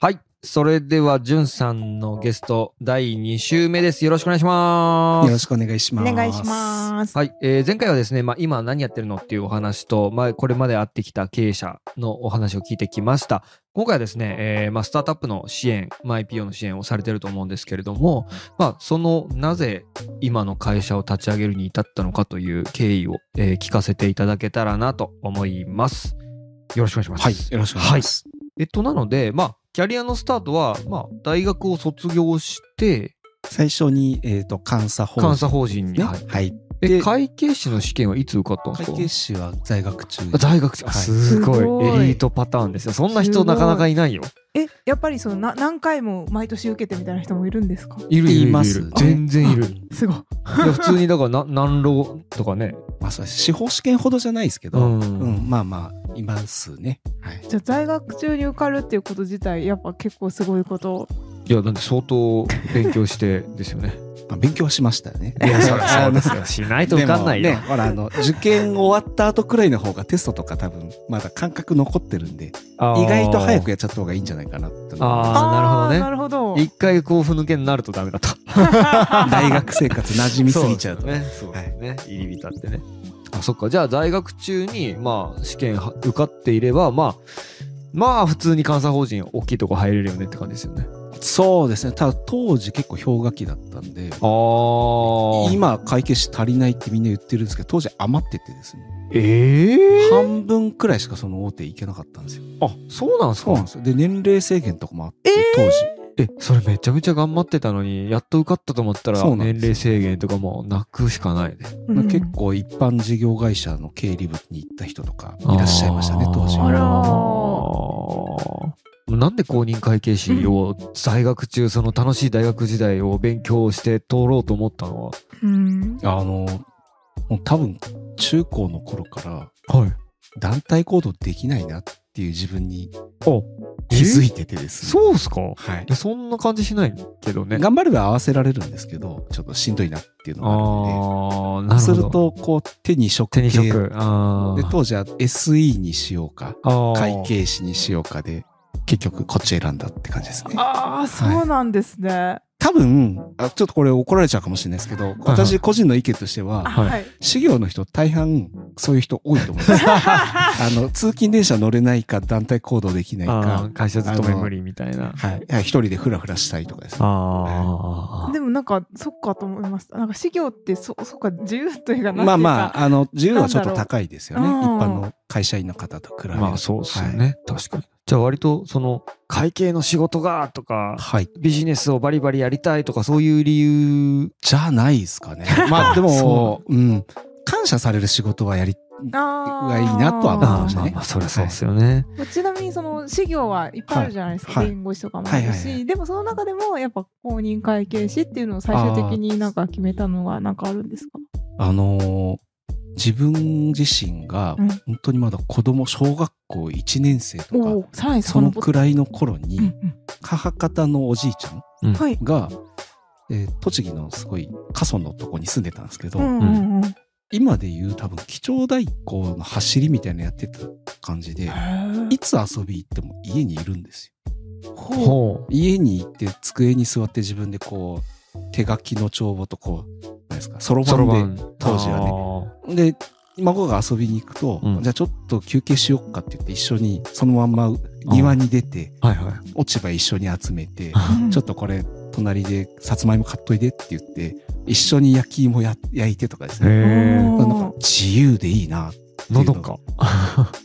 はい。それでは、じゅんさんのゲスト、第2週目です。よろしくお願いしまよろす。しくお願いしおます。願いします。はい。えー前回はですね、まあ、今何やってるのっていうお話と、まあ、これまで会ってきた経営者のお話を聞いてきました。今回はですね、えーまあ、スタートアップの支援、まあ、IPO の支援をされてると思うんですけれども、まあ、その、なぜ今の会社を立ち上げるに至ったのかという経緯を、えー聞かせていただけたらなと思います。よろしくお願いします。はい、よろしくお願いします。えっと、なので、まあ、キャリアのスタートは、まあ、大学を卒業して、最初に、えっ、と、監査法人監査法人に。ね。ははいい。え、で会計士の試験はいつ受かったんです会か計士は在学中。あ大学生、あはいすごいすごいエリートパターンですよ。そんなす人ごいなかなかいないよ。え、やっぱりそのな何回も毎年受けてみたいな人もいるんですか。いるいるいるいまいする。全然いる。いすごい。や普通にだからな難浪とかね。まあ、そうです。司法試験ほどじゃないですけど、ううんん、まあまあ、いますね。はい。じゃあ在学中に受かるっていうこと自体やっぱ結構すごいこと。いやだって相当勉強してですよね。まあ、勉強はしましたよね。いやそりゃ あそうのです よ。しないと受かんないでよも。ね、ほら、あの、受験終わった後くらいの方がテストとか多分、まだ感覚残ってるんで、あー意外と早くやっちゃった方がいいんじゃないかなってあーーななるほど。一回こうふぬけになるとダメだと。大学生活馴染みすぎちゃうと。そうですよね。そうですよね。入り浸ってね。あ、そっか。じゃあ、在学中に、まあ、試験は受かっていれば、まあ、まあ、普通に監査法人、大きいとこ入れるよねって感じですよね。そうですね。ただ当時結構氷河期だったんで、あ今。今会計士足りないってみんな言ってるんですけど、当時余っててですね。ええ半分くらいしかその大手行けなかったんですよ。あ、そうなんすそうなかんですよ。で、年齢制限とかもあって、え、それめちゃめちゃ頑張ってたのに、やっと受かったと思ったらそ、うなん年です齢制限とかもなくしかないね。当う時、ん結構一般事業会社の経理部に行った人とかいらっしゃいましたねあ、ー当時あらは。なんで公認会計士を在学中、その楽しい大学時代を勉強して通ろうと思ったのは、うん。あの、もう多分、中高の頃からはい。団体行動できないなっていう自分にお気づいててですね。そうっすかはいいや。そんな感じしないけどね。頑張れば合わせられるんですけど、ちょっとしんどいなっていうのがあるので。ああ、なるほど。すると、こう、手に職手系に職。あで、当時は SE にしようか、あ。会。計士にしようかで、結局こっち選んだって感じですね。ああそうなんですね。多分あ、ちょっとこれ怒られちゃうかもしれないですけど、私個人の意見としてあは、はいはい。修行の人大半そういう人多いと思い ます。あの、通勤電車乗れないか、団体行動できないああか、会社勤め無理みたいな。はい。一人でフラフラしたいとかですね。ああ。でもなんかそっかと思いました。なんか資料ってそそっか自由というかなんていうか。まあまあ、あの、自由はちょっとなんだろう高いですよね。一うん般の会社員の方と比べると。まあそうっすよね。確かに。じゃあ割と、その、会計の仕事がとか、はい。はい。ビジネスをバリバリやりたいとか、そういう理由。じゃないですかね。 まあでそも、うん。感謝される仕事はやりあーがいいなとは思いあまあ、したまあねまあ、そりゃそうっすよね。ちなみにその事業はいっぱいあるじゃないですか、はい弁護士とかもあるし、はいはいはいでもその中でもやっぱ公認会計士っていうのを最終的になんか決めたのはなんかあるんですかあのー自分自身がうん本当にまだ子供小学校1年生とか、おおさらにそのくらいの頃に、うんうん母方のおじいちゃんうんはいが、えー栃木のすごい過疎のとこに住んでたんですけど、うんうんうんへ今でいう多分基調代行の走りみたいなのやってた感じで、ーいつ遊び行っても家にいるんですよ。ほうほ家に行って机に座って自分でこう手書きの帳簿とこう何ですかそろう。そろばばんん。当時はね。ねでで孫が遊びに行くと、うんじゃあちょっと休憩しよっかって言って一緒にそのまんま庭に出て、はいはい。落ち葉一緒に集めて、うんちょっとこれ隣でさつまいも買っといでって言って一緒に焼き芋や焼いてとかで すへねえ。なんか自由でいいなのどか。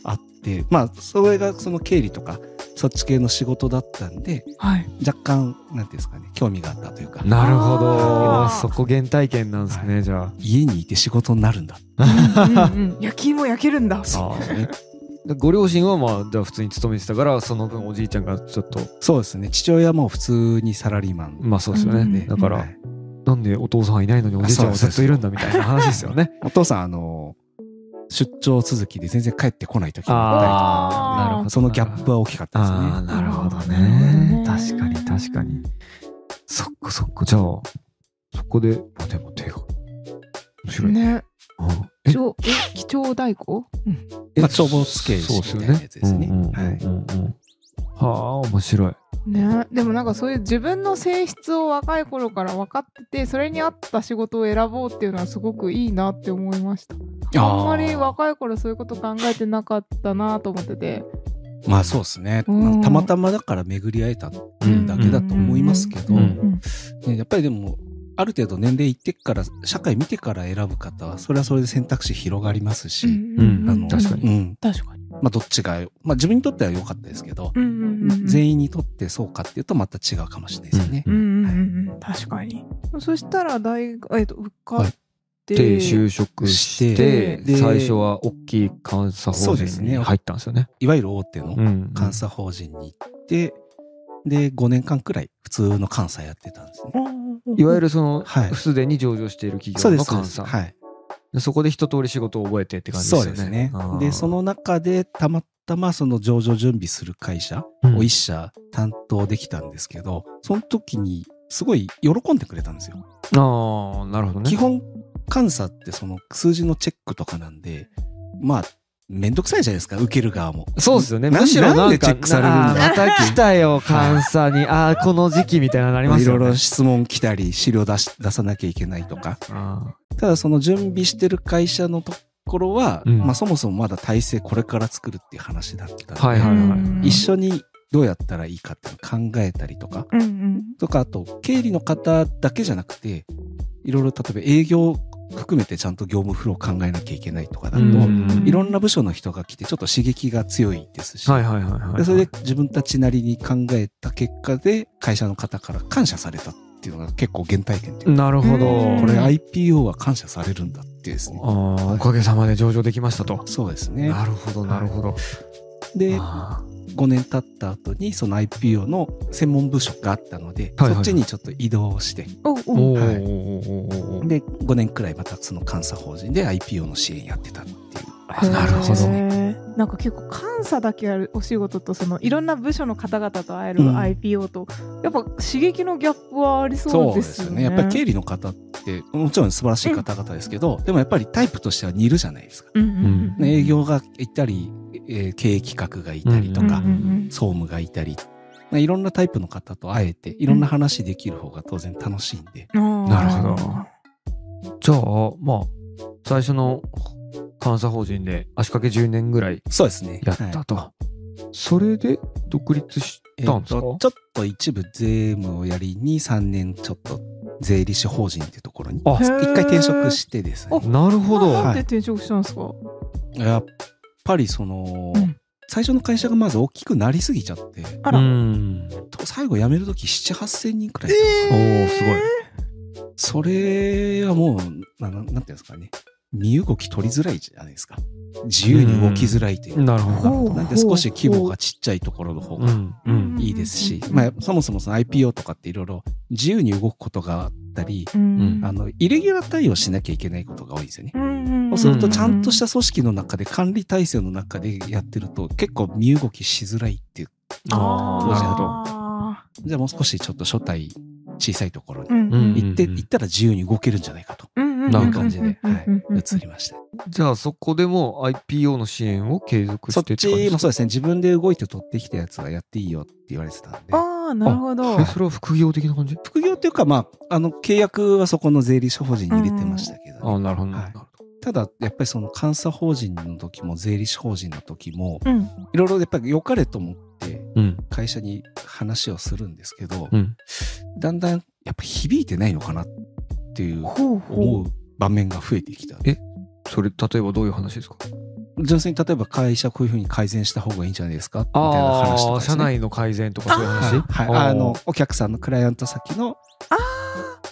あってまあそれがその経理とかそっち系の仕事だったんではい若干なんていうんですかね興味があったというかなるほどあーそこ原体験なんですね、じゃあ家にいて仕事になるんだうんうんうん 焼き芋焼けるんだあですねでご両親はまあじゃあ普通に勤めてたからその分おじいちゃんがちょっとそうですね父親も普通にサラリーマンまあそうですよね、うんでだから、はいなんでお父さんはいないのにおじいちゃんはずっといるんだみたいな話 ですよねお父さんあの出張続きで全然帰ってこない時もあったりとかあーなるほそのギャップはは大きかったですあねあなるほどねね確かに確かにそっかそっかじゃあそこであでも手が面白いね、ねうんえ貴重え貴重代行うんまあ帳簿つけそうっすよみたいなやつですねうんうんうんうんはあ面白いね、でもなんかそういう自分の性質を若い頃から分かっててそれに合った仕事を選ぼうっていうのはすごくいいなって思いましたあんまり若い頃そういうこと考えてなかったなと思っててまあそうですね、うんたまたまだから巡り会えただけだと思いますけど、うんねやっぱりでもある程度年齢いってから社会見てから選ぶ方はそれはそれで選択肢広がりますし、うんあの確かにうん確かに、まあ、どっちが、まあ、自分にとっては良かったですけど、うんうんうん、全員にとってそうかっていうとまた違うかもしれないですよね。うんうんうんうん確かにそしたら大学、えっと受かって、で就職ししててで最初は大きい監査そ法うで人すにね入ったんですよね。いわゆる大手のうん監査法人に行って、で5年間くらい普通の監査やってたんですね。いわゆるそのはいすでに上場している企そ業うでのすそう監です査はい、でそこで一通り仕事を覚えてって感じでそうすよでね。すねあー。で、その中でたまたまその上場準備する会社うんを一社担当できたんですけど、その時にすごい喜んでくれたんですよ。ああなるほどね。基本監査ってその数字のチェックとかなんで、まあ、めんどくさいじゃないですか、受ける側も。そうですよね。なむしろなんなんでかチェックされるんだあーまた来た よ監査にああこの時期みたいなのありますいろよいね。ろ質問来たり、資料出し出さなきゃいけないとか。あただその準備してる会社のところは、うんまあそもそもまだ体制これから作るっていう話だったんで、ーはいはいうんはい。一緒にどうやったらいいかっていうのを考えたりとか、うんうんとかあと経理の方だけじゃなくて、いろいろ例えば営業含めてちゃんと業務フローを考えなきゃいけないとかだと、うんいろんな部署の人が来てちょっと刺激が強いですし、はいはいはいはい。でそれで自分たちなりに考えた結果で会社の方から感謝されたっていうのが結構原体験というかなるほど。うんここれれ IPO は感謝されるんだっていうですねあ。ーおかげさまで上場できましたと。そうですね。なるほどなるほど。で、あ5年経った後にその IPO の専門部署があったので、はいはいそっちにちょっと移動して、おーおおーはいおーおーおーおーで、5年くらいまたその監査法人で IPO の支援やってたっていう。なるほどへーなんか結構監査だけやるお仕事とそのいろんな部署の方々と会えるうん IPO と、やっぱ刺激のギャップはありそうですよね。やっぱり経理の方って、もちろん素晴らしい方々ですけど、でもやっぱりタイプとしては似るじゃないですか。うんうんうんうんね営業がいたり、えー経営企画がいたりとうんか、うん総務がいたり、まあいろんなタイプの方と会えて、いろんな話できる方が当然楽しいんで、うんなるほどじゃあまあ最初の監査法人で足掛け10年ぐらいそうですね。やったと。それで独立しえったんとですちか、ょっと一部税務をやりに3年ちょっと税理士法人っていうところにあへー一回転職してですねなるほなどん。で転職したんですか、やっぱりその、うん最初の会社がまず大きくなりすぎちゃってあら、うん。と最後辞める時7 8 0 0人くらい、おーすごい。それはもうなななんていうんですかね身動き取りづらいじゃないですか自由に動きづらいというか、なるほほど。どなんで少し規模がちっちゃいところの方うがんうんいいですし、うんまあ、そもそもその IPO とかっていろいろ自由に動くことがあったり、うんあの、イレギュラー対応しなきゃいけないことが多いんですよね。うんそうすると、ちゃんとした組織の中で、管理体制の中でやってると、結構身動きしづらいっていう。ああなるほど。あじゃあもう少しちょっと初対小さいところにーうんうん行って、行ったら自由に動けるんじゃないかとうんうんないんうか感じで、はいうんうんうん移りました。じゃあそこでも IPO の支援を継続そしってって感じちでもすかそうですね、自分で動いて取ってきたやつはやっていいよって言われてたんで。あーなるほどえそれは副業的な感じ副業っていうか、まあ、あの、契約はそこの税理士法人に入れてましたけどね、ああなるほど。はいなるほただ、やっぱりその監査法人の時も税理士法人の時も、うんいろいろやっぱり良かれと思ってどうん会社に話をするんですけど、うんだんだんやっぱ響いてないのかなっていうほう思ほう場面が増えてきた。それ例えばどういう話ですか純粋に例えば会社こういうふうに改善した方がいいんじゃないですかみたいなあ話とかあですね、社内の改善とかそういうはい話はい、あのお客さんのクライアント先の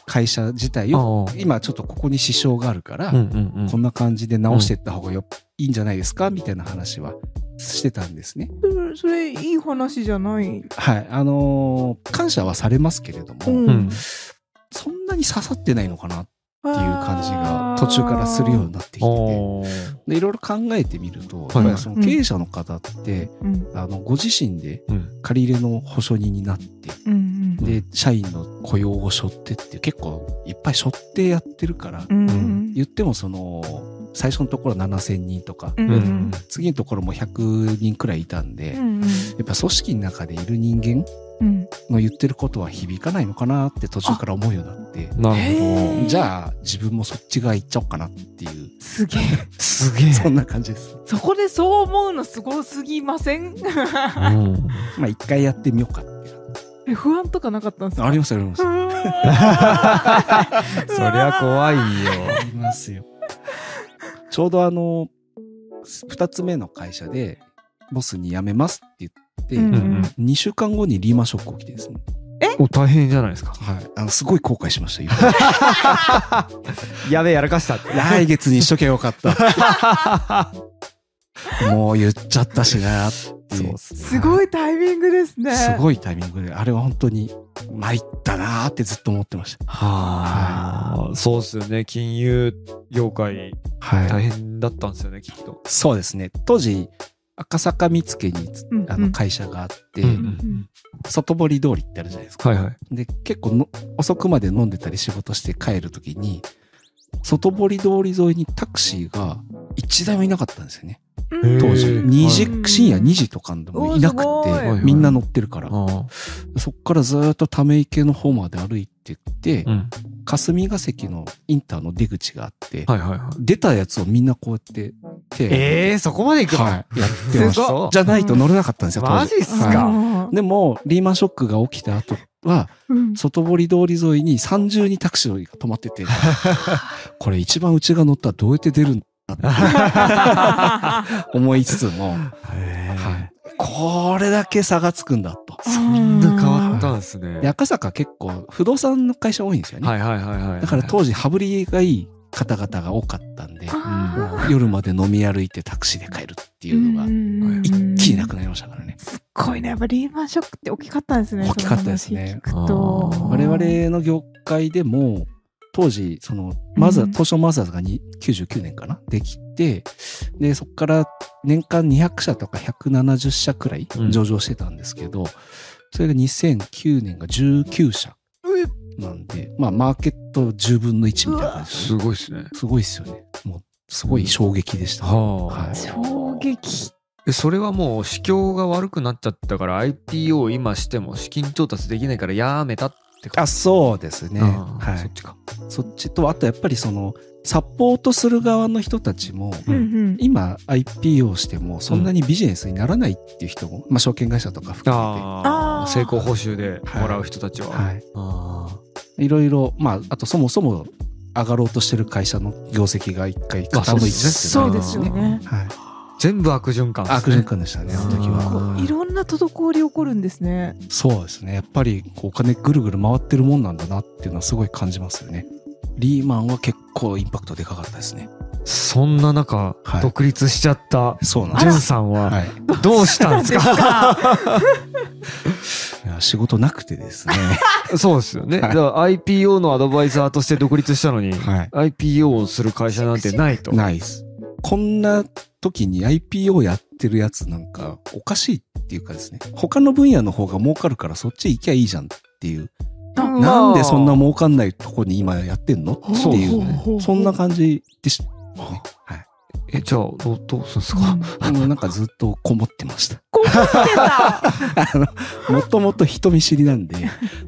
会社自体をよ今ちょっとここに支障があるから、うんうんうんこんな感じで直していった方がよ、いいんじゃないですかみたいな話はしてたんですね。うそれそれいい話じゃないはい。あのー感謝はされますけれども、うんうんそんなに刺さってないのかなってっいていう感じが途中からするようになってきてておーでいろいろ考えてみると、いやっぱりその経営者の方って、うんあのご自身でうん借り入れの保証人になって、うんで社員の雇用を背負ってって結構いっぱい背負ってやってるから、うんうん言ってもその最初のところ7000人とか、うんうん次のところも100人くらいいたんで、うやっんぱ組織の中でいる人間うんの言ってることは響かないのかなって途中から思うようになって、なへるーじゃあ自分もそっち側行っちゃおうかなっていう、すげえすげえそんな感じです。そこでそう思うのすごすぎませんほど。うんまあ一回やってみようかっていう。え不安とかなかったんですかありますあります。あそりゃ怖いよ。りますよ。ちょうどあの、二つ目の会社で、ボスに辞めますってう言んっうて、うんん二週間後にリーマンショック起きてですね。お大変じゃないですか。はい。あの、すごい後悔しました今、やべえやらかしたって。来月にしとけばよかった。 もう言っちゃったしなって。そうっすごいタイミングですねすごいタイミングで、あれは本当に参ったなーってずっと思ってました。はあ、そうっすよね。金融業界は大い。変だったんですよね、きっと。そうですね。当時、赤坂見附につうんうんあの会社があって、うんうん外堀通りってあるじゃないですか。はいはい。で、結構の遅くまで飲んでたり仕事して帰るときに、外堀通り沿いにタクシーが一台もいなかったんですよね。うん当時。へー2は時、い深夜2時とかでもいなくおーすごいて、みんな乗ってるから。あそっからずーっとため池の方まで歩いてって、あうん。霞が関のインターの出口があって、はいはいはい。出たやつをみんなこうやって手をええ、そこまでいくのはい、やってましすごたっ。じゃないと乗れなかったんですよ、当時マジっすかはあいでも、リーマンショックが起きた後は、ーうん外堀通り沿いに三重にタクシーが止まっ てて、これ一番うちが乗ったらどうやって出るんだ 思いつつも、はいこれだけ差がつくんだと。そんな変わったんですね。で、赤坂結構不動産の会社多いんですよね。はいはいはいはい。だから当時羽振りがいい方々が多かったんで、あー夜まで飲み歩いてタクシーで帰るっていうのが一気になくなりましたからね。すっごいねやっぱリーマンショックって大きかったんですね大きかったですねその話聞くとあー我々の業界でも当時そのマザーうん東証マザーズがに99年かなできてでそこから年間200社とか170社くらいうん上場してたんですけど、それが2009年が19社なんでまあマーケット10分の1みたいな感じですすねごいですね。すごいですよねもうすごい衝撃でした、ははい衝撃えそれはもう市況が悪くなっちゃったから IPO を今しても資金調達できないからやめたってあそうですねあーはそっいちか。そっちとあとやっぱりそのサポートする側の人たちも、うんうん今 IPO してもそんなにビジネスにならないっていう人も、まあ、証券会社とか含めああーあ成功報酬でもらう人たちは、て、はい、あいろいろまああとそもそも上がろうとしてる会社の業績が一回まあそう傾いてですねそうですよねはい、ー全部悪循環ですね悪循環でしたねあの時あはーいろんな滞り起こるんですねそうですねやっぱりこうお金ぐるぐる回ってるもんなんだなっていうのはすごい感じますよねリーマンは結構インパクトでかかったですねそんな中、はい独立しちゃったそうなんジュでンすさんははい、どうしたんですかいや仕事なくてですね、 そうですよね、はだいから IPO のアドバイザーとして独立したのに、 はい、 IPO をする会社なんてないと ないです。こんな時に IPO やってるやつなんかおかしいっていうかですね、他の分野の方が儲かるからそっち行きゃいいじゃんっていう、まあなんでそんな儲かんないとこに今やってんのってそういうほうほうねほうほうそんな感じでした、ね。はい。えじゃあどうどうするんですか、もうなんかずっとこもってました。 こうなってたあの、もともと人見知りなんで、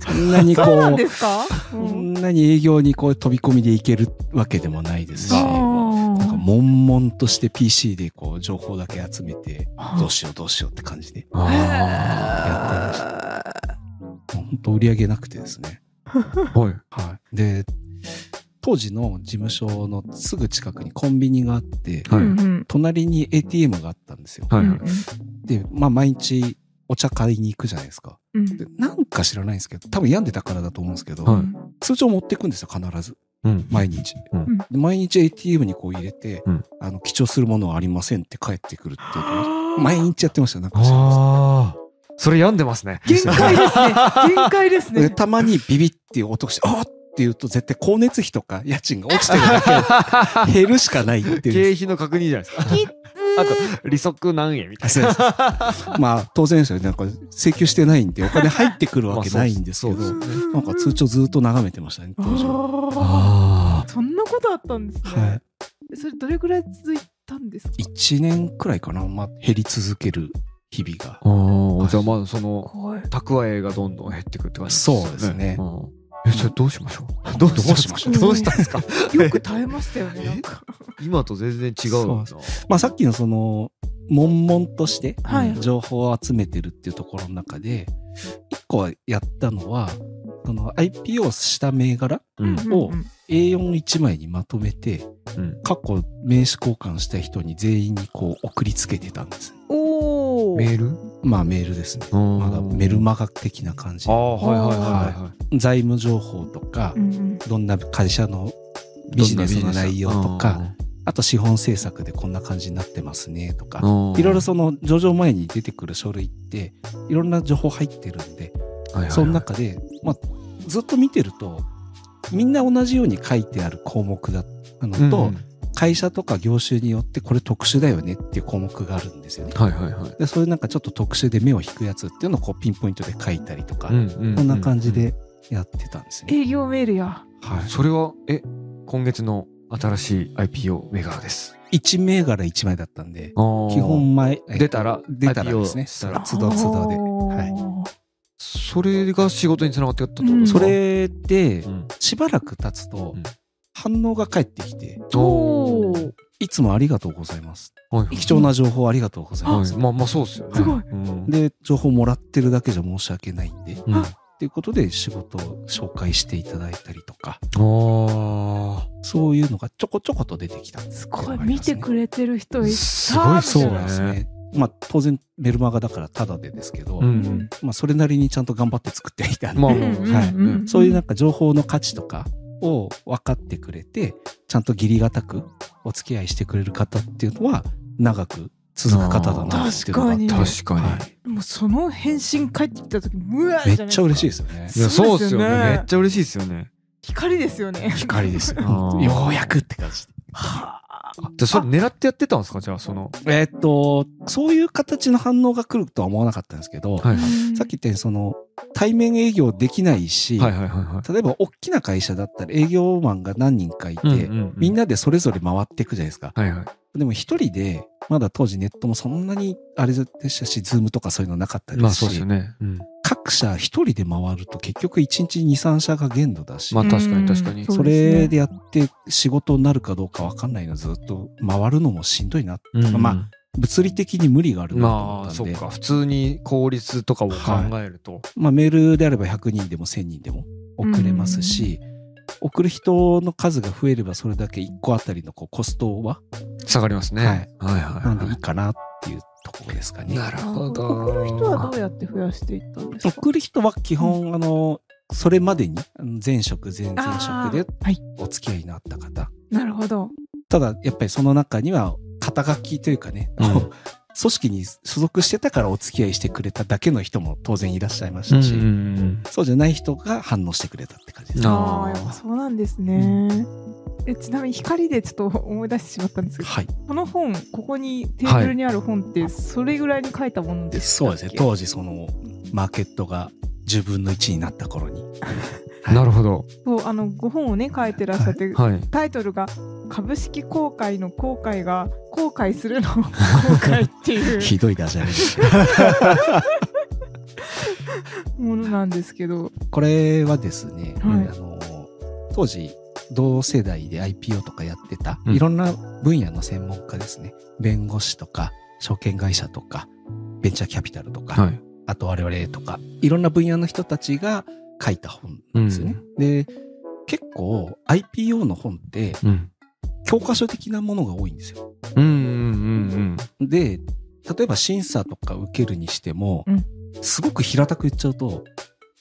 そんなにこそうなんう、ですかうそんんなに営業にこう飛び込みでいけるわけでもないですし、あなんかー悶々として PC でこう情報だけ集めて、どうしようどうしようって感じであやってました。本当売り上げなくてですね。ーはいはい。で、当時の事務所のすぐ近くにコンビニがあって、はいうんうん隣に ATM があったんですよ。はいはい、で、まあ毎日お茶買いに行くじゃないですか。うんで、なんか知らないんですけど、多分病んでたからだと思うんですけど、はい通帳持ってくんですよ、必ず。うん毎日。うんうんで毎日 ATM にこう入れて、うんあの、記帳するものはありませんって帰ってくるっていう。毎毎日やってましたよ、なんか知らないですけどああそれ病んでますね限界ですね限界ですでねたまにビビっていう音がして、あーって言うと絶対光熱費とか家賃が落ちてるだけで減るしかない っていう。経費の確認じゃないです かきつあと利息何円みたいそうですまあ当然ですよね。なんか請求してないんでお金入ってくるわけないんですけど、まあそうですねなんか通帳ずっと眺めてましたね、当時は。あーなそんなことあったんですね、はい。それどれぐらい続いたんですか1年くらいかな、まあ、減り続ける日々が。ああ、じゃあまあその、怖い。蓄えがどんどん減ってくるって感じそうですねんえ、それどうしましょうどうどうしましょうどうしたんですかよく耐えましたよね、なんか。今と全然違うな。そまあ、さっきのその、悶々としてはいうん情報を集めてるっていうところの中で、一個はやったのは、その IPO した銘柄うんを A41 枚にまとめて、うん過去名刺交換した人に全員にこう送りつけてたんです。おお。メールまあメールですね。まだメルマガ的な感じあ。あ、はいはいはいはい。財務情報とかう、んうんどんな会社のビジネスの内容とか、あと資本政策でこんな感じになってますねとか、いろいろその上場前に出てくる書類っていろんな情報入ってるんで、のその中で、まあ、ずっと見てるとみんな同じように書いてある項目だったのと、会社とか業種によってこれ特殊だよねっていう項目があるんですよね。はいはいはい。でそういうなんかちょっと特殊で目を引くやつっていうのをこうピンポイントで書いたりとか、ここんな感じ。でやってたんですね。営業メールや。はいそれは、え、今月の新しい IPO メガーです。 1銘柄1枚だったんで基、基本前、えっと出たら出たらですね IPO したらつどつどではいい。それが仕事につながってったってことですそかれでうんしばらく経つとうん反応が返ってきて、おーいつもありがとうございます。はいはい貴重な情報ありがとうございまはすい。まあまあそうですよね。すごいうんで、情報もらってるだけじゃ申し訳ないんで、っうんていうことで仕事を紹介していただいたりとか、あそういうのがちょこちょこと出てきた。すごい。見てくれてる人あ。いすごいっそうすなんですね。ね。まあ当然メルマガだからタダでですけど、ううんん。まあそれなりにちゃんと頑張って作っていたんで、まあうんまあうんうんはいうんそういうなんか情報の価値とかを分かってくれて、ちゃんと義理がたくお付き合いしてくれる方っていうのは長く続く方だなっていうのがあってあー確かにはいもうその返信返ってきた時うわめっちゃ嬉しいですすよね。いやそそううでですすよよねね。めっちゃ嬉しいですよね。光ですよね光ですよ。あ ーようやくって感じ。はあでそれ狙ってやってたんですかじゃあその。えーっと、そういう形の反応が来るとは思わなかったんですけど、はいはさっき言ったようにその対面営業できないし、いはいはいは例えば大きな会社だったら営業マンが何人かいて、い。うううみん。なでそれぞれ回っていくじゃないですか。はいはい。でも一人で、まだ当時ネットもそんなにあれでしたし、ズームとかそういうのなかったでまあすし、そうですよね。うん各社一人で回ると結局一日2、3社が限度だし、まあ確かに確かにうんそれでやって仕事になるかどうかわかんないのずっと回るのもしんどいな。うんうんまあ物理的に無理があるなと思まあったんそで、うまあ、か普通に効率とかを考えると、メールであれば100人でも1000人でも送れますし、送る人の数が増えればそれだけ1個あたりのこうコストは、下がりますね、はいはいはいなんはでいいいかなっていうところですかね。なるほど送る人はどうやって増やしていったんですか送る人は基本、あの、それまでに、あの前職、前々職であーはいお付き合いのあった方。なるほどただ、やっぱりその中には、肩書きというかね、うん組織に所属してたからお付き合いしてくれただけの人も当然いらっしゃいましうんたうし、んそうじゃない人が反応してくれたって感じですね。あーああやっぱそうなんですねえちなみに光でちょっと思い出してしまったんですけどはい。この本ここにテーブルにある本ってそれぐらいに書いたものですそうですね。当時、その、マーケットが10分の1になった頃に。うんなるほどそうあのご本をね書いてらっしゃってはいタイトルが「株式公開の後悔が後悔す るの後悔」っていひどいダジャレです。うものなんですけどこれはですね、はいあの当時同世代で IPO とかやってた、うんいろんな分野の専門家ですね弁護士とか証券会社とかベンチャーキャピタルとか、はいあと我々とかいろんな分野の人たちが書いた本うんですよね。で結構 IPO の本ってうん教科書的なものが多いんですよ。うんうんうんで例えば審査とか受けるにしても、うんすごく平たく言っちゃうと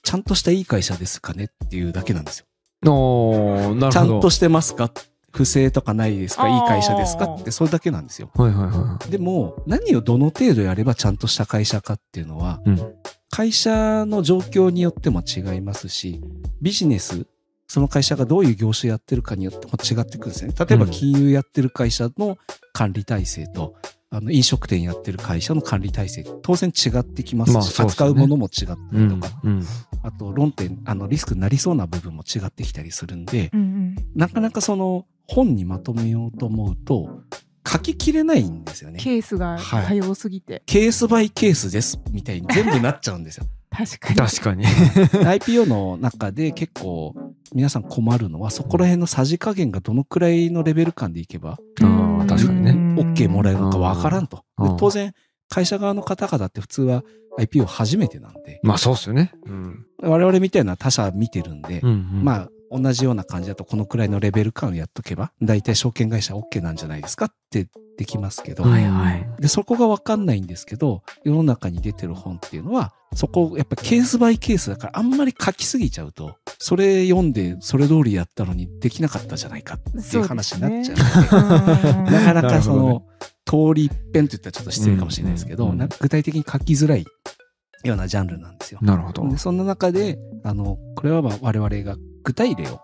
ちゃんとしたいい会社ですかねっていうだけなんですよ。うんおーなるほどちゃんとしてますか不正とかないですかあーいい会社ですかって、それだけなんですよ。はいはいはでも、何をどの程度やればちゃんとした会社かっていうのは、いうん会社の状況によっても違いますし、ビジネス、その会社がどういう業種やってるかによっても違ってくるんですね。例えばうん金融やってる会社の管理体制と、あの飲食店やってる会社の管理体制、当然違ってきますし、まあそうです扱よねうものも違ったうりとんか、うんあと論点、あのリスクになりそうな部分も違ってきたりするんで、うんなかなかその本にまとめようと思うと書ききれないんですよね。ケースが多様すぎて、ケースバイケースですみたいに全部なっちゃうんですよ。 確かに確かに。 IPO の中で結構皆さん困るのはそこら辺のさじ加減がどのくらいのレベル感でいけばああ、確かにね。 OK もらえるのかわからんと。うんでうん当然会社側の方々って普通は IPO 初めてなんでまあそうっすよね。うん。我々みたいな他社見てるんで、まあ、まあ同じような感じだとこのくらいのレベル感をやっとけば大体証券会社 OK なんじゃないですかってできますけど、はいはいでそこがわかんないんですけど世の中に出てる本っていうのはそこをやっぱケースバイケースだからあんまり書きすぎちゃうとそれ読んでそれ通りやったのにできなかったじゃないかっていう話になっちゃううんなかなかその、なるほ通り一遍って言ったらちょっと失礼かもしれないですけうど、んうんなんか具体的に書きづらいようなジャンルなんですよ。なるほど。でそんな中であのこれはまあ我々が具体例を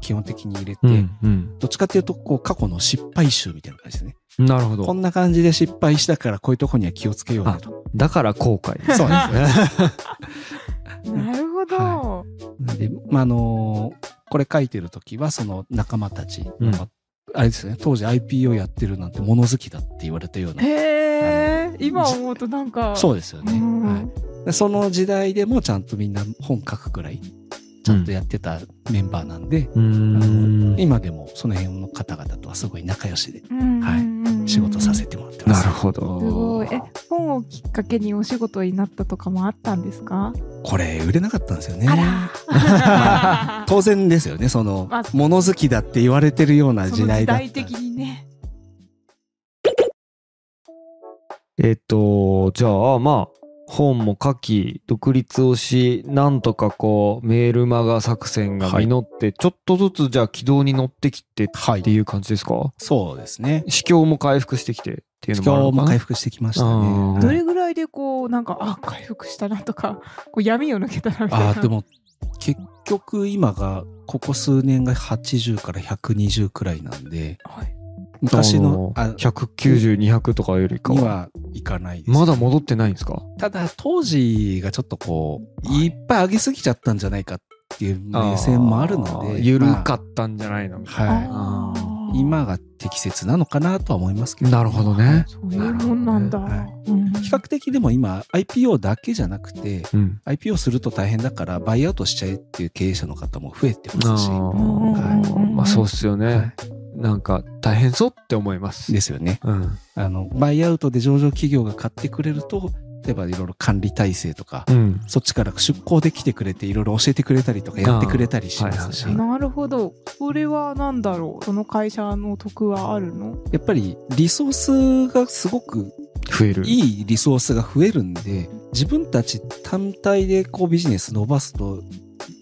基本的に入れて、うん。どっちかっていうとこう過去の失敗集みたいな感じですね。なるほこど。んな感じで失敗したからこういうとこには気をつけようねと。だから後悔。そうなんですよ。なるほど、はなんで、まあ、あのこれ書いてる時はその仲間たち、うんまああれですよね当時 IPO やってるなんて物好きだって言われたようなへえあの今思うとなんかそううですよね、うんはいでその時代でもちゃんとみんな本書くくらいちゃんとやってたメンバーなんで、 うーん。今でもその辺の方々とはすごい仲良しではいい仕事させてもらってまなす、るほすごいど。え本をきっかけにお仕事になったとかもあったんですか、これ売れなかったんですよね あら当然ですよねそのまあ物好きだって言われてるようなそ時の時代だった代的にねえっと、じゃあ、まあ、本も書き、独立をし、なんとかこう、メールマガ作戦がはい実って、ちょっとずつじゃあ軌道に乗ってきてっはいていう感じですかそうですね市況も回復してきてっていうのもあるの今日かもな回復してきましたうんねどれぐらいでこうなんかあ回復したなとか こう闇を抜けたなみたいなあーでも結局今がここ数年が80から120くらいなんではい昔のあ190200とかよりかにははいかないですねまだ戻ってないんですかただ当時がちょっとこういっぱい上げすぎちゃったんじゃないかっていう目線もあるのーで緩かっったんじゃないのみたいた、まあはあーい、今が適切なのかなとは思いますけなどなるほどねそういうもんなんだ、なるうん比較的でも今 IPO だけじゃなくてうん IPO すると大変だからバイアウトしちゃえっていう経営者の方も増えてあますし、ーはいまあそうっすよね、はなんか大変そうって思いますいですよねうんあのバイアウトで上場企業が買ってくれると例えばいろいろ管理体制とか、うんそっちから出向できてくれていろいろ教えてくれたりとかやってくれたりしますし、あーはいはいなるほどこれは何だろうその会社の得はあるのやっぱりリソースがすごく増えるいいリソースが増えるんで自分たち単体でこうビジネス伸ばすと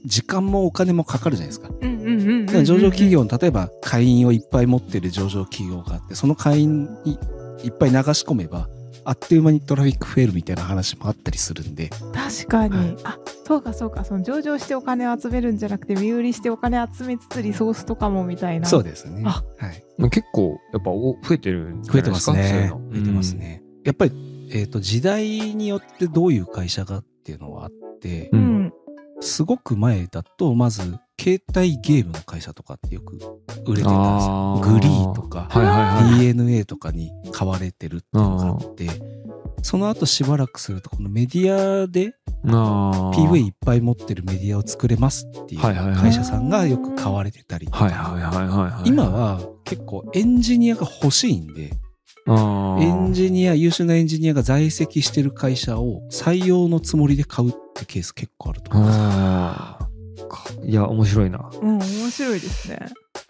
時間もお金もかかるじゃないですか。うんうんうんだから上場企業の例えば会員をいっぱい持ってる上場企業があってその会員にいっぱい流し込めばあっという間にトラフィック増えるみたいな話もあったりするんで確かに、はいあそうかそうかその上場してお金を集めるんじゃなくて身売りしてお金集めつつリソースとかもみたいなそうですね。あはい、結構やっぱお増えてるんじゃ増ないでえてますすかねそういうの。増えてますね。やっぱり、えー、と時代によってどういう会社がっていうのはあって、ううんんすごく前だとまず携帯ゲームの会社とかってよく売れてたんですあよ。ーグリーとか、はいはいはい DNA とかに買われてるっていうのがあってその後しばらくするとこのメディアであー PV いっぱい持ってるメディアを作れますっていうはいはいはい会社さんがよく買われてたりとはいはいかはいはいはい今は結構エンジニアが欲しいんであーエンジニア優秀なエンジニアが在籍してる会社を採用のつもりで買うってケース結構あると思います。あーいや面白いなうん面白いですね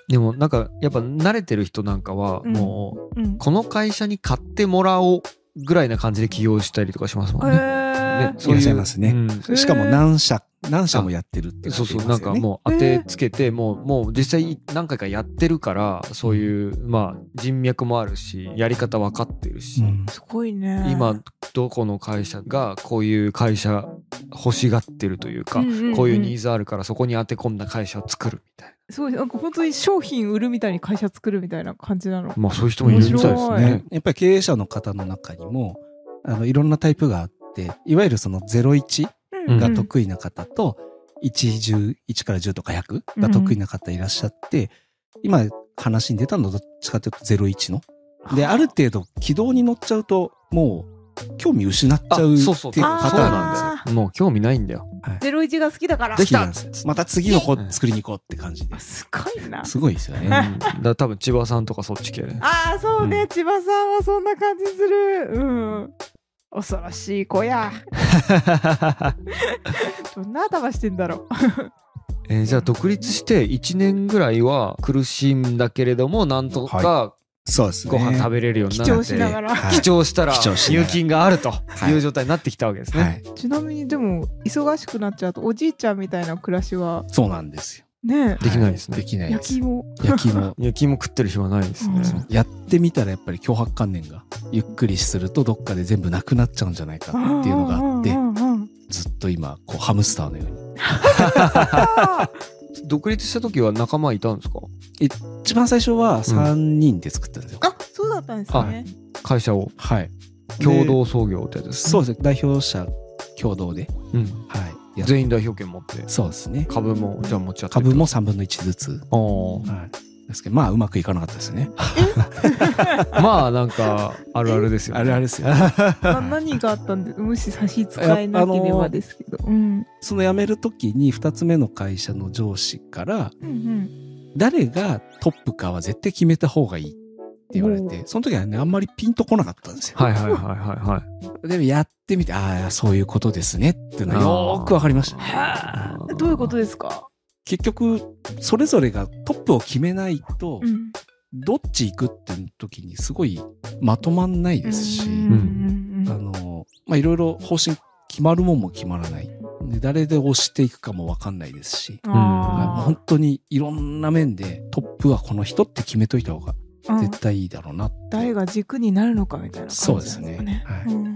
でもなんかやっぱ慣れてる人なんかはうんもううんこの会社に買ってもらおうぐらいな感じで起業したりとかしますもんへね。えねいらっしゃいますねうんえーしかも何社、何社もやってるっていそうそう、方いなまんすよかねもう当てつけて、もう、もう実際何回かやってるから、そういう、まあ、人脈もあるし、やり方分かってるし、うんすごいね今、どこの会社がこういう会社欲しがってるというか、こういうニーズズあるから、そこに当て込んだ会社を作るみたいすごいなんか本当に商品売るみたいに会社作るみたいな感じなのな。まあ、そういう人もいるみたいです面白ね。やっぱり経営者の方の中にも、あの、いろんなタイプがあって、いわゆるその01んが得意な方と、1、10、1から10とか100が得意な方いらっしゃって、今、話に出たのはどっちかというと01の。で、ある程度軌道に乗っちゃうと、もう興味失っちゃうっていうそうそう、そうパターンなんですよ。あもう興味ないんだよ。ゼロ一が好きだから。できた好きなんですよまた次の子作りに行こうって感じであ。すごいな。すごいですようね。 ん、だから多分千葉さんとかそっち系。ああそうね、う千葉さんはそんな感じするうん恐ろしい子やどんな頭してんだろう えーじゃあ独立して1年ぐらいは苦しいんだけれどもなんとかそうですね。ご飯食べべれるようになっ貴て、重しながらはい貴重したら貴重しなが入ら金があるといいう状態になってきたわけですね。はい。ちなみにでも忙しくなっちゃうとおじいちゃんみたいな暮らしはそうなんですよ。ねできないですねできないえで焼すき。芋焼きの。入金も食ってる暇ないですね。うんやってみたらやっぱり脅迫観念がゆっくりするとどっかで全部なくなっちゃうんじゃないかっていうのがあってうんうんうんうんずっと今こうハムスターのようにあー独立した時は仲間いたんですか一番最初は3人で作ったんですよ、あそうだったんですね会社をはい共で同創業ってやつですねそうですね代表者共同でうん、はいやっ全員代表権持ってそうですね株もじゃあ持ち合って株も3分の1ずつ、もはい、ですけどまあうまくいかなかったですねまあなんかあるあるですよね。あれあれですよな何があったんでもし差し支えなければですけど、うん その辞める時に2つ目の会社の上司からうんうん誰がトップかは絶対決めた方がいいって言われてその時はねあんまりピンとこなかったんですよはいはいはいはいはい。でもやってみて、ああ、そういうことですねっていうのはあーよーくわかりました。はあどういうことですか、結局、それぞれがトップを決めないとう、んどっち行くっていう時にすごいまとまんないですし、うんうんうんあの、まあ、いろいろ方針決まるもんも決まらない。で誰で押していくかもわかんないですし、あー本当にいろんな面でトップはこの人って決めといた方がうん絶対いいだろうなって。誰が軸になるのかみたいな感じなそんうでですすかね。ね。はいうん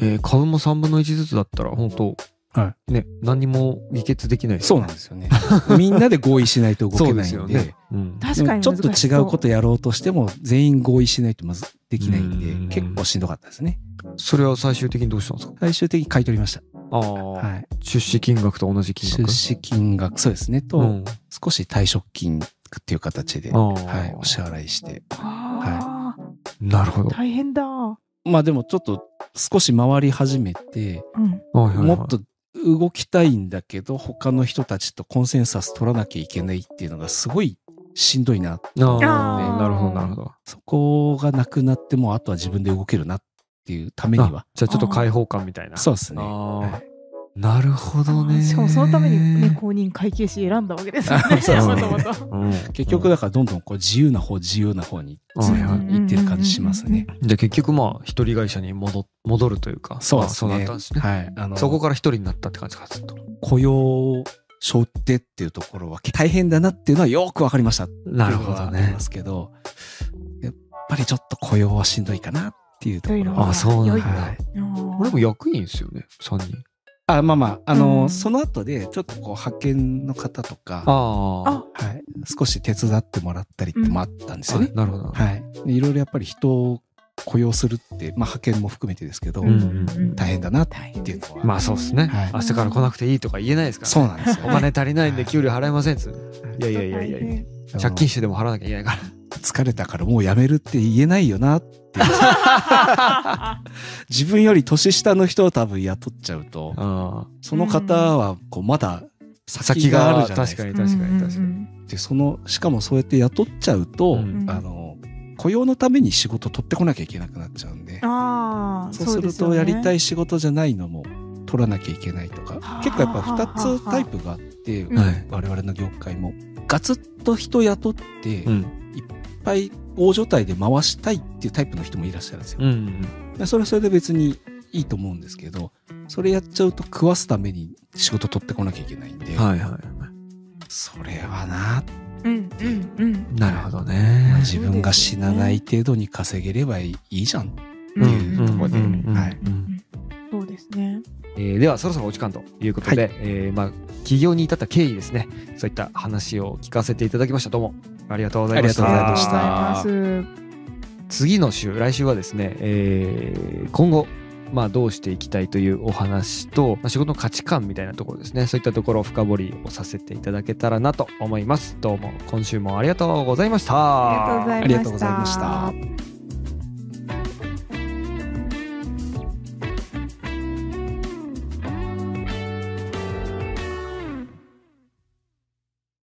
えー株も3分の1ずつだったら本当、はね何にも議決できないそうなんですよね。 みんなで合意しないと動けでないすんよで。ね。うん確かにちょっと違うことややろうとしても全員合意しないとまずできないんでうん結構しんどかったですねそれは最終的にどうしたんですか最終的に買い取りました、ああ、はい、出資金額と同じ金出額。資金額そうですねと、うん少し退職金っていう形で、あはーい、お支払いしてあーなるほど。大変だ。うまあでもちょっと少し回り始めてん。はいはいはいもっと動きたいんだけど他の人たちとコンセンサス取らなきゃいけないっていうのがすごいしんどいなあああーなるほどなるほど。そこがなくなってもあとは自分で動けるなっていうためにはあじゃあちょっと開放感みたいな。そうですねあーなるほどね。しかもそのために、ね、公認会計士選んだわけですよね。そうそうもとも と。うん結局だからどんどんこう自由な方自由な方にずっと行ってる感じしますね。じゃあ結局まあ一人会社に戻戻るというかそうまであすそうなっね。たんですね。はい。あの、そこから一人になったって感じかずっと。雇用を背負ってっていうところは大変だなっていうのはよくわかりましたっていうなのはありますけど、やっぱりちょっと雇用はしんどいかなっていうところああそうなんだ。はい。これも役員ですよね3人。あ、まあまあ、あうの、んその後でちょっとこう派遣の方とか、あああはい。少し手伝ってもらったりってもあったんですよね。なるほど。はい。でいろいろやっぱり人を雇用するって、まあ派遣も含めてですけど、うん大変だなって大変いうのはまあそうですね、はい明日から来なくていいとか言えないですから、ね。そうなんですよ、おね。金足りないんで給料払えませんっつういやいやいやいやいや 借金してでも払わなきゃいけないからあの疲れたからもうやめるって言えないよなって いう自分より年下の人を多分雇っちゃうとあその方はこうまだあ先があるじゃないです確かかに確確かに確かに、でそのしかもそうやって雇っちゃうと、うんあの雇用のために仕事取ってこなきゃいけなくなっちゃうんでああ、そうするとやりたい。い仕事じゃないのも取らなきゃいけないとかはあ結構やっぱ2つタイプがあってうんはい我々の業界もガツッと人雇って、うんいっぱい大所帯で回したいっていうタイプの人もいらっしゃるんですよう。んでそれはそれで別にいいと思うんですけどそれやっちゃうと食わすために仕事取ってこなきゃいけないんで、はいはいそれはな、うんうんうんなるほどね自分が死なない程度に稼げればいいじゃんってうん。いうところで、うんうんうんはい、そうですね。えーではそろそろお時間ということで、えーまあ起業に至った経緯ですねそういった話を聞かせていただきましたどうもありがとうございましたありがとうございましたありがとうございます。次の週来週はですね、えー今後まあ、どうしていきたいというお話と、まあ仕事の価値観みたいなところですねそういったところを深掘りをさせていただけたらなと思いますどうも今週もありがとうございましたありがとうございました。ありがとうございました